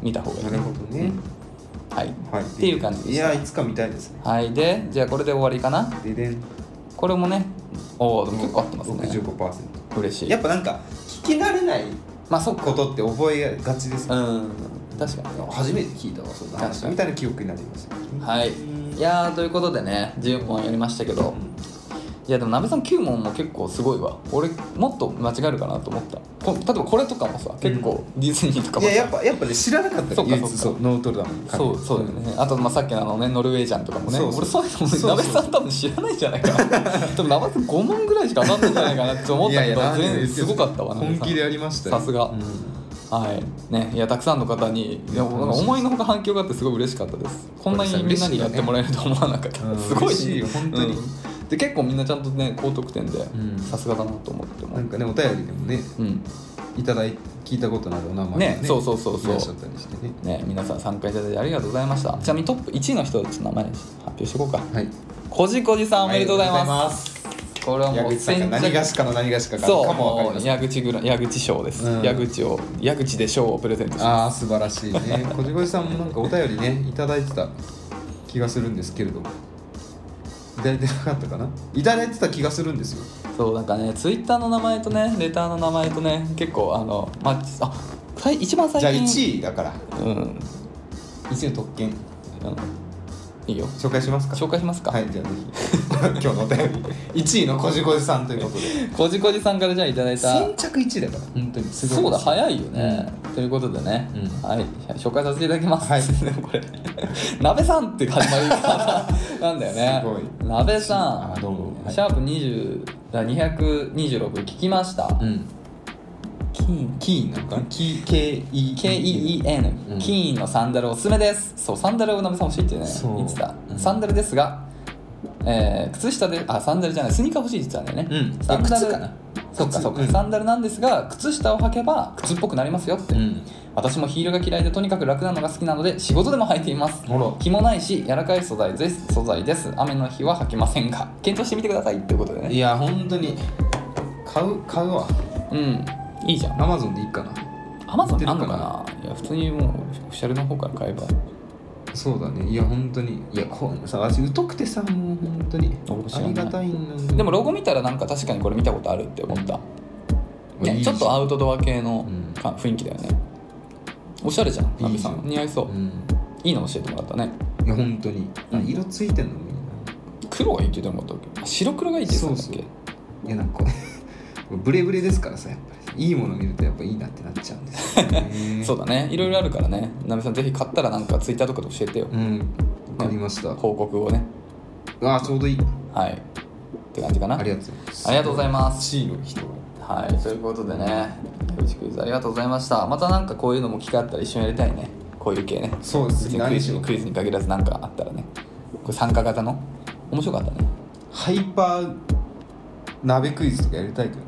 B: 見た方がいい
A: なるほどね、
B: はい、
A: はい、
B: っていう感じで
A: い
B: した
A: やいつか見たいですね
B: はいでじゃあこれで終わりかな
A: ででん
B: これもねおお結構合ってますね
A: 65%
B: 嬉しい
A: やっぱなんか聞き慣れない
B: まあそっか
A: ことって覚えがちですね
B: うん確かに
A: 初めて聞いたわそんな
B: 確
A: 話
B: かに
A: みたいな記憶になりますね
B: はいいやーということでね10本やりましたけど、いいやでも鍋さん9問も結構すごいわ俺もっと間違えるかなと思ったこ例えばこれとかもさ結構ディズニーとか
A: い
B: も
A: や
B: さ
A: やっぱやっぱね知らなかった
B: そ
A: よ
B: うか
A: 唯一
B: そうか
A: そうノートルダム
B: そうそうだよねあとまあさっきのあのねノルウェージャンとかもね
A: そうそう
B: 俺そういうのも
A: そうそう
B: ね鍋さん多分知らないんじゃないかな多分鍋さん5問ぐらいしか当たったんじゃないかなって思ったけど
A: なんで
B: 全すごかったわ
A: 本気でやりましたよ
B: さすが
A: うん
B: はいねいやたくさんの方にいやなんか思いのほか反響があってすごい嬉しかったですこんなにみんなにやってもらえると思わなかった、
A: うん
B: すごい、
A: 嬉しいよ本当に
B: うんで結構みんなちゃんとね高得点で
A: ん
B: さすがだなと思っても
A: なんかねお便りでもね
B: うん
A: いただい聞いたことのあるお名前が
B: ねそうそうそうそう
A: いらっしゃったりしてね
B: ね皆さん参加いただいてありがとうございましたちなみにトップ1位の人ちょっと名前発表していこうか
A: はい
B: こじこじさんおめでとうございます,、
A: す
B: これは
A: 矢
B: もう
A: 口さんが何がしかの何がしかか
B: そう
A: かもわかり
B: も
A: ま
B: う
A: せん
B: 矢口ぐら矢口賞です、
A: うん
B: 矢口を矢口で賞をプレゼントします
A: ああ素晴らしいねこじこじさんもなんかお便りねいただいてた気がするんですけれどもいただいてなかったかないただいてた気がするんですよ
B: そうなんかねツイッターの名前とねレターの名前とね結構あのまああさい一番最
A: じゃあ
B: 近
A: 1位だから
B: 位うん
A: 1位の特権
B: あのいいよ
A: 紹介しますか
B: 紹介しますか、
A: はいじゃあぜひ 今日のお便り1位のこじこじさんということで
B: こじこじさんからじゃあいただいた
A: 先着1位だから本当にすごい
B: そうだ
A: ですよ
B: 早いよね、ということでね、
A: うん
B: はい紹介させていただきます、
A: はい
B: でも これ鍋さんって始まり方 なんだよね
A: す
B: 鍋さ
A: あ
B: ん
A: どうも
B: シャープ20あ226聞きました、
A: うん
B: キーン
A: キーンなんかなキー KE
B: KEEN、
A: うん
B: キーンのサンダルおすすめですそうサンダルをなべさん欲しいってね
A: そう
B: 言ってた、
A: うん
B: サンダルですが、えー靴下であサンダルじゃないスニーカー欲しいって言ってたんだよね、
A: うん
B: サンダル
A: 靴かな
B: そっか
A: 靴
B: そっか、
A: うん
B: サンダルなんですが靴下を履けば靴っぽくなりますよって、
A: うん
B: 私もヒールが嫌いでとにかく楽なのが好きなので仕事でも履いています
A: ほら
B: 気もないし柔らかい素材です素材です雨の日は履きませんが検討してみてくださいっていうことで
A: い
B: ね
A: や本当に買う買うわ
B: うんいいじゃん
A: アマゾンでいいかな
B: アマゾンにあんのかないや普通にもうオフィシャルの方から買えば
A: そうだねいや本当にいやこうさ私疎くてさもう本当に
B: 俺知
A: あ
B: らな
A: り
B: い
A: がたいんだけど
B: でもロゴ見たらなんか確かにこれ見たことあるって思った、ね、ちょっとア
A: う
B: ウトドア系の
A: うん
B: か雰囲気だよねおしゃれじゃん
A: い
B: ナ
A: い
B: ビ
A: じ
B: さ
A: ゃん
B: ん似合いそう、
A: うん
B: いいの教えてもらったね
A: いや本当にあ
B: うん
A: 色ついてんのもいいな
B: 黒がいいって言ってもらったっけあ白黒がいいって言ってたんだっ
A: そう
B: け
A: いやなん かこうブレブレですからさやっぱりいいもの見るとやっぱいいなってなっちゃうんですよね
B: そうだねいろいろあるからねナビさんぜひ買ったらなんかツイッターとかで教えてよ、
A: うんわかりました
B: 報告をね
A: あーちょうどいい
B: はいって感じかな
A: ありがとうございます
B: ありがとうございます
A: 1位の人が
B: はいということでねよしクイズありがとうございましたまたなんかこういうのも機会あったら一緒にやりたいねこういう系ね
A: そうです
B: 別にク
A: 何
B: イ
A: し
B: ズ
A: よう
B: クイズに限らずなんかあったらねこれ参加型の面白かったね
A: ハイパー鍋クイズとかやりたいけど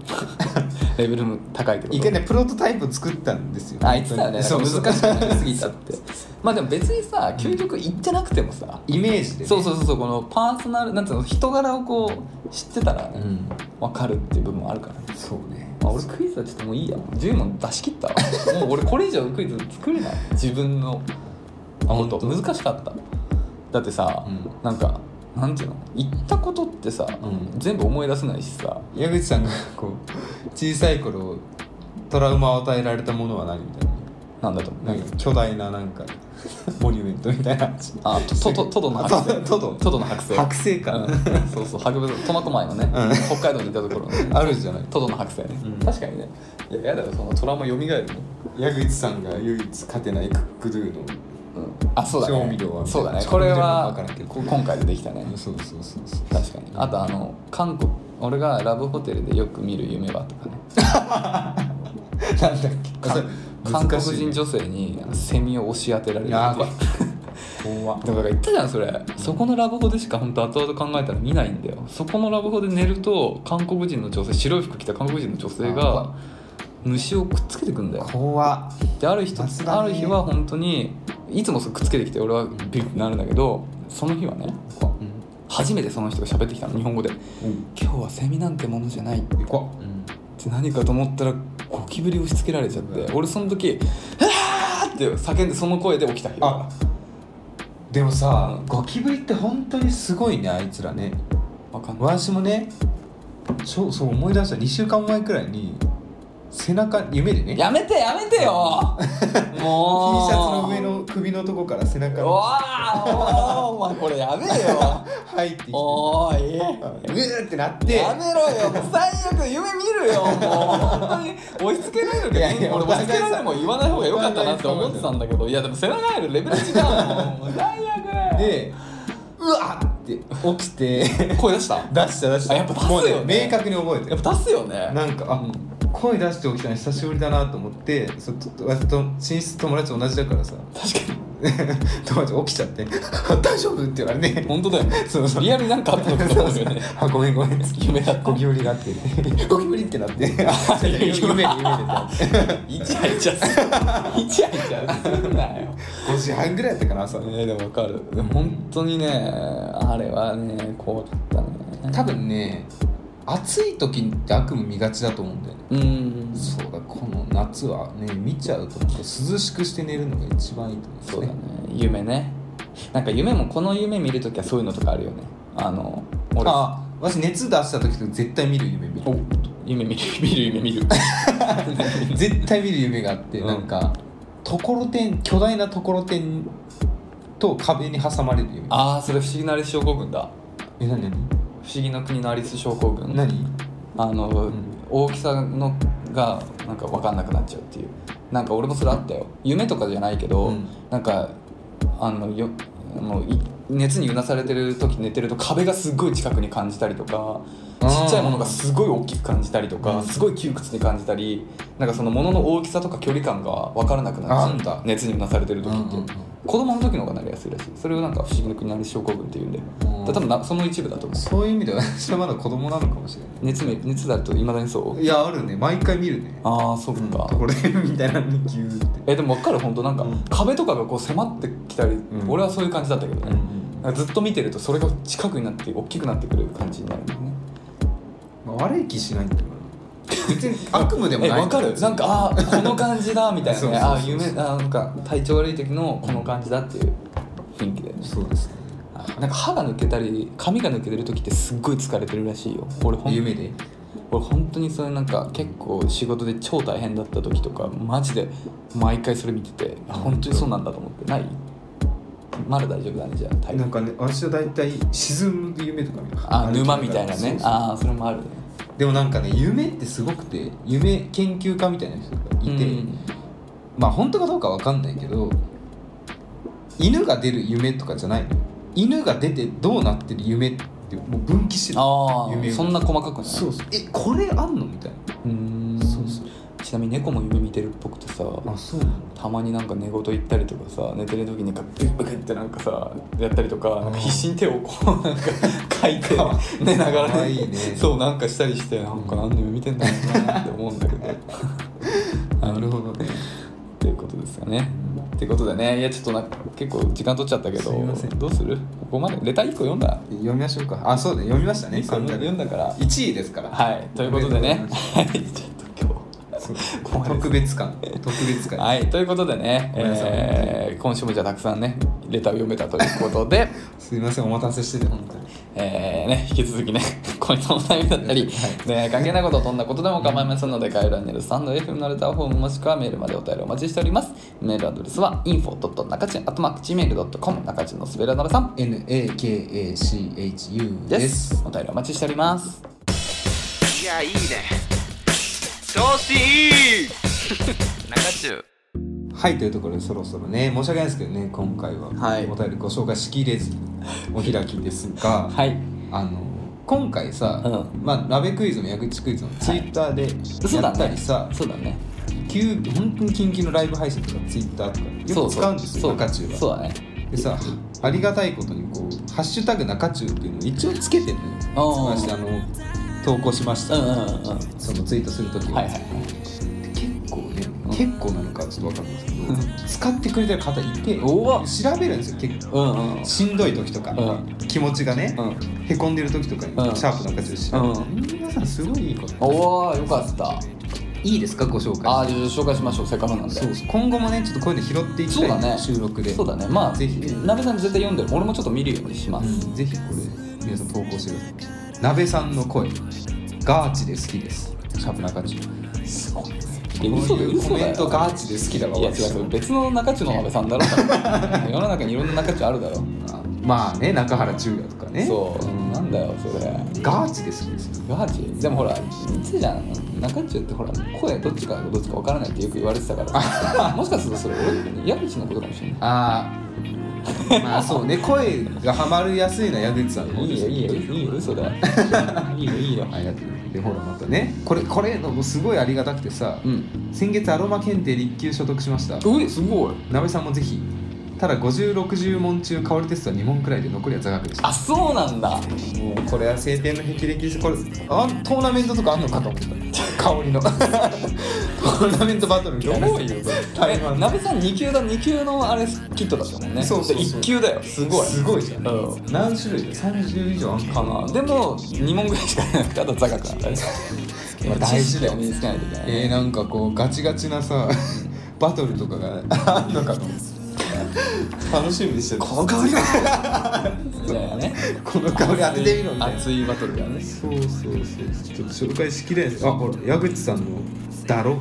B: レベルも高いけど
A: 一回ねプロトタイプ作ったんですよ
B: あいつだよね
A: 本当に
B: 難しく
A: そう
B: なりすぎたってまあでも別にさ究極言ってなくてもさ、
A: イメージで、ね、
B: そうそうそうそうこのパーソナルなんつうの人柄をこう知ってたらね、
A: ん
B: 分かるっていう部分もあるからね
A: そうね
B: まあ、俺クイズはちょっともういいや10問出し切ったわもう俺これ以上クイズ作れない自分のこ
A: 本
B: と
A: 当
B: 難しかっただってさ、
A: うん
B: なんかなんていうの言ったことってさ、
A: うん
B: 全部思い出せないしさ
A: 矢口さんがこう小さい頃トラウマを与えられたものは何みたい
B: なんだと思う
A: ななんか巨大ななんかモニュメントみたいな話
B: あとととトドの
A: あ
B: 剥製
A: トド
B: トドの剥製
A: 剥製か、
B: うんそうそう博物苫小牧のね、
A: うん
B: 北海道にいたところのね、
A: あるじゃない
B: トドの剥製ね、
A: うん
B: 確かにねいややだよそのトラウマ蘇るの
A: 矢口さんが唯一勝てないクックドゥの
B: あそうだね
A: 調味料は
B: そうだね
A: 調味料
B: これ
A: わ
B: は
A: からんけど
B: こ今回でできたね
A: そうそうそうそう
B: 確かにあとあの韓国俺がラブホテルでよく見る夢はとかね
A: なんだっけ
B: か韓国
A: 女
B: 人女性にあのセミを押し当てられるっていう
A: やばい怖
B: でもだから言ったじゃんそれそこのラブホでしか本当後々考えたら見ないんだよそこのラブホで寝ると韓国人の女性白い服着た韓国人の女性が虫をくっつけてくんだよ
A: 怖
B: である日
A: さすが
B: あ
A: ね
B: る日は本当にいつもそうくっつけてきて俺はビュッてなるんだけどその日はねこう初めてその人が喋ってきたの日本語で
A: うん
B: 「今日はセミなんてものじゃない」
A: 怖
B: って何かと思ったらゴキブリ押し付けられちゃって俺その時「あー!」って叫んでその声で起きた日
A: あでもさゴキブリって本当にすごいねあいつらね
B: わかんない
A: 私もねそうそう思い出した2週間前くらいに背中夢でね T シ
B: やめてやめてよもう
A: ャツの上の首のとこから背中
B: う
A: に
B: わあおーお前これやべ えよ
A: 入ってきてう
B: おーい
A: ーってなって
B: やめろよもう最悪夢見るよもう本当に押し付けられるけど
A: いやいや
B: 俺
A: お
B: 押し
A: 互い
B: 付けられるもん言わない方が良かったなって思ってたんだけどいやでも背中入るレベル違うもん最悪
A: でうわっって起きて
B: 声出した
A: 出した出した
B: あやっぱ出す
A: もう
B: よね
A: 明確に覚えて
B: や
A: る
B: っぱ出すよね
A: なんかあ、
B: うん
A: 声出して起きたの久しぶりだなと思ってそとと寝室友達同じだからさ
B: 確かに
A: 友達起きちゃって 「大丈夫?」って言われて、
B: 本当だよね
A: そうそう
B: リアルになんかあったのかと思うよね
A: あごめんごめん
B: 夢だった
A: ゴキブリがあってゴキブリってなって 夢で夢で
B: イチャイチャするイチャイチャすんなよ
A: 5時半ぐらいやったかな朝
B: ねえでもわかるでも本当にねあれはね怖かったね
A: 多分ね暑い時って悪夢見がちだと思うんだよね
B: うん
A: そうだこの夏はね見ちゃうとなんか涼しくして寝るのが一番いいと思うんです
B: そうだ
A: ね
B: ね夢ねなんか夢もこの夢見るときはそういうのとかあるよねあの俺
A: あ私熱出した時とか絶対見る夢見
B: お
A: る
B: 夢見る見る夢見る
A: 絶対見る夢があって、
B: うん
A: なんかところてん巨大なところてんと壁に挟まれる夢
B: ああそれ不思議なアリス症候群だ
A: え何何
B: 不思議の国のアリス症候群
A: 何
B: あの、
A: ん
B: 大きさのがなんか分かんなくなっちゃうっていうなんか俺もそれあったよ夢とかじゃないけど、
A: うん
B: なんかあのよもうい熱にうなされてる時寝てると壁がすごい近くに感じたりとか
A: あー
B: ちっちゃいものがすごい大きく感じたりとか、
A: うん
B: すごい窮屈に感じたりなんかそのものの大きさとか距離感が分からなくなっちゃう
A: あんだ
B: 熱にうなされてる時って、
A: うんうんうん
B: 子供の時の方がなりやすいらしいそれをなんか不思議の国の症候群っていうんで、
A: うん
B: だ多分なその一部だと思う
A: そういう意味では 私はまだ子供なのかもしれな
B: 熱め熱だといまだにそう
A: いいやあるね毎回見るね
B: ああそっか、
A: ところてんみたいなのにギューって
B: えでも分かる本当なんか、
A: うん
B: 壁とかがこう迫ってきたり、
A: ん
B: 俺はそういう感じだったけどね、
A: うん
B: なんかずっと見てるとそれが近くになって大きくなってくる感じになるんだよね
A: まあ、悪い気しないんだよな別 に悪夢でも
B: え
A: ない
B: 分かるなんかああこの感じだみたいな
A: そう
B: ね
A: そうそう
B: ああ夢あーなんか体調悪い時のこの感じだっていう雰囲気で、
A: そうですね
B: なんか歯が抜けたり髪が抜けてる時ってすっごい疲れてるらしいよ俺ほん
A: 夢で
B: 俺本当にそれなんか結構仕事で超大変だった時とかマジで毎回それ見ててあ本当にそうなんだと思ってないまだ大丈夫だねじゃあ体
A: なんかね私は大体沈む夢とか見る
B: あ沼みたいなね
A: そうそう
B: ああそれもあるね
A: でもなんかね夢ってすごくて夢研究家みたいな人がいて、
B: うん
A: まあ本当かどうかわかんないけど犬が出る夢とかじゃないの犬が出てどうなってる夢ってもう分岐してる
B: あ
A: 夢
B: あ
A: を
B: そんな細かくない
A: そうそうえこれあんのみたいな
B: うーん
A: そうそう
B: ちなみに猫も夢見てるっぽくてさ
A: あそうなんだ
B: たまになんか寝言言ったりとかさ寝てる時になんかブッブッってなんかさやったりとかなんか必死に手をこうなんか書 いて寝ながら
A: かわいいね
B: そうなんかしたりしてなんか何で夢見てんだろうなって思うん だけど
A: なるほどね
B: っていうことですかねってことでねいやちょっとなんか結構時間取っちゃったけど
A: すいません
B: どうするここまでレター1個読んだ
A: 読みましょうかあそうだ読みましたね
B: 一個読んだから
A: 1位ですから
B: はいということで
A: あり
B: ね
A: がとう
B: はいちょっと今日
A: そう
B: ここまでです
A: 特別感特別感
B: はい、ということでね、
A: ごめんなさい
B: えー今週もじゃあたくさんねレターを読めたということ で、
A: すいませんお待たせしてて本当に
B: えーね、引き続きね 恋のお悩みだったり恋愛関係ないことどんなことでも構いませんので概要欄にあるスタンド FM のレターフォームもしくはメールまでお便りお待ちしておりますメールアドレスは info.nakachi.gmail.com 中地のすべらなべさん
A: NAKACHU
B: で
A: ですす
B: お便りお待ちしております
C: いやいいね調子いい中 中
A: はいというところでそろそろね申し訳ないですけどね今回は、
B: はい
A: お便りご紹介しきれずお開きですが、
B: はい
A: あの今回さ、
B: う
A: まあ、鍋クイズも矢口クイズもツイッターで
B: そう
A: や
B: だ
A: った
B: ね
A: りさ、
B: そうだね
A: 急本当に緊急のライブ配信とかツイッターとかよく使うんですよ
B: そう
A: 中中は
B: そうだね
A: でさありがたいことにこう「ハッシュタグ中中」っていうのを一応つけてるのよ
B: あー
A: 私あの投稿しまし
B: う
A: た、
B: んうんうんうん
A: そのツイートするとき
B: はいはいはい
A: 結構ね、
B: ん
A: 結構なのかちょっと分かんないですけど、使ってくれてる方いて
B: うわ
A: 調べるんですよ結構
B: うんうん
A: しんどい時とか、
B: うん
A: 気持ちがね、
B: うん
A: へこんでる時とかに、
B: うん
A: シャープなんかちょっと調べて、皆さんすごいいいこと
B: おおよかった
A: いいですかご紹介
B: ああ紹介しましょうせっかくなんで
A: そうそう今後もねちょっとこういうの拾っていき
B: そう
A: た
B: だ
A: い、
B: ね
A: 収録で
B: そうだねまあ
A: ぜひね
B: 鍋さん絶対読んでる俺もちょっと見るようにしま
A: う
B: す、
A: ん、ぜひこれ皆さん投稿してください鍋さんの声ガーチで好きです
B: シャープ中中
A: すごいね
B: え嘘
A: こう
B: だよ
A: いうコ
B: 嘘だよ
A: メントガチで好きだわ
B: いや
A: 私
B: 違う別の中中の安倍さんだ ろ世の中にいろんな中中あるだろ
A: まあね中原中也とかね
B: そう、なんだよそれ
A: ガチで好きですよ
B: ガチでもほら言ってたじゃん中中ってほら声どっちかどっちか分からないってよく言われてた からもしかするとそれ俺矢口のことかもしれない
A: ああまあそうね声がハマりやすいのは矢口さんの方
B: い
A: で
B: い
A: す
B: よいいよいいよ嘘だよいいよいいよ
A: ありがとうでほらまたねこれこれのすごいありがたくてさ、
B: うん
A: 先月アロマ検定立級所得しました
B: うえすごい
A: 鍋さんもぜひただ5060問中香りテストは2問くらいで残りは座学でした
B: あそうなんだ
A: もうこれは晴天の霹靂ですこれあトーナメントとかあんのかと思った香 りのトーナメントバトルみたいな台湾
B: え
A: の
B: 鍋さん2級だ2級のあれキットだったもんね
A: そうそうそう
B: 1級だよすごい
A: すごいじゃん
B: うん
A: 何種類だ30以上あん
B: かなでも2問ぐらいしかなくてあと座学なんだねまあ大事だよ身につけないといけないね、
A: えー、なんかこうガチガチなさバトルとかがあんのかと思った楽しみにしてた
B: この香りはみたいなね
A: この香り当ててみろみたいな
B: 熱いバトルがね
A: そうそうそうちょっと紹介しきれないですあほら矢口さんの「だろ」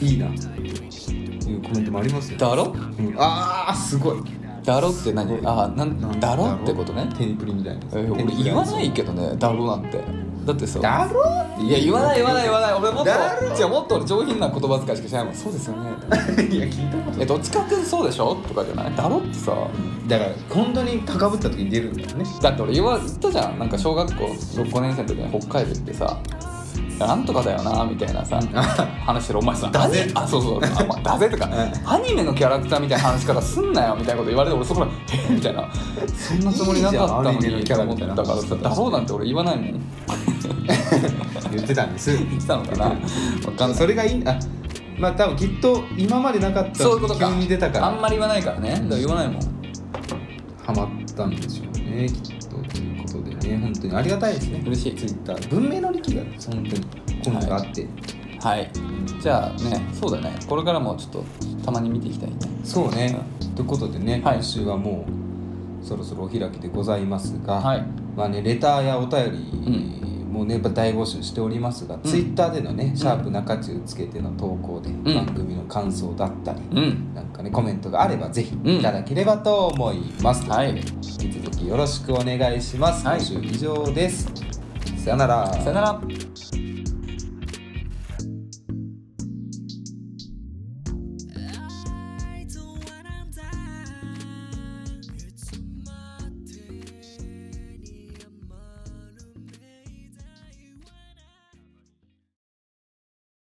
A: いいなっていうコメントもありますよ、
B: だろ
A: うんああすごい
B: だろって何あなんだろってことね
A: テニプリみたいな、
B: えー俺言わないけどねだろなんてだってさ
A: だろ
B: いや言わない言わない言わない俺もっ
A: だろ
B: とじゃあもっと俺上品な言葉遣いしかしないもんそうですよね
A: いや聞いたこと
B: えどっちかってそうでしょとかじゃないだろってさ
A: だから本当に高ぶった時に出るんだよね
B: だって俺言わ言ったじゃんなんか小学校65年生の時に北海道行ってさ「なんとかだよな」みたいなさ話してるお前さ「
A: だぜ
B: アニあそうそうあまあだぜ」とか
A: う
B: 「アニメのキャラクターみたいな話し方すんなよ」みたいなこと言われて俺そこら「えみたいなそんなつもりなかったの
A: いいじゃんアニメの
B: に
A: キ
B: と
A: ャラ
B: 思っ
A: みたいな
B: たからさ「だろう」なんて俺言わないもん言
A: 言ってたん です
B: ってたのかな分かんない
A: それがいいあまあ多分きっと今までなかった
B: そういうことか
A: 急に出たから
B: あんまり言わないからねだから言わないもん
A: ハマったんでしょうねきっとということでね本当にありがたいですね
B: 嬉しい
A: ツイッター文明の利器が本当に今度があって、
B: はいじゃあねそうだねこれからもちょっとたまに見ていきたいね
A: そうねということでね、
B: はい
A: 今週はもうそろそろお開きでございますが、
B: はい
A: まあねレターやお便りもね、やっぱ大募集しておりますが、ツイッターでのね「シャープ中中」つけての投稿で、
B: ん
A: 番組の感想だったり、
B: うん
A: なんかねコメントがあればぜひ
B: ん
A: いただければと思います、
B: はい
A: 引き続きよろしくお願いします、
B: はい
A: 今週以上ですさよなら
B: さよなら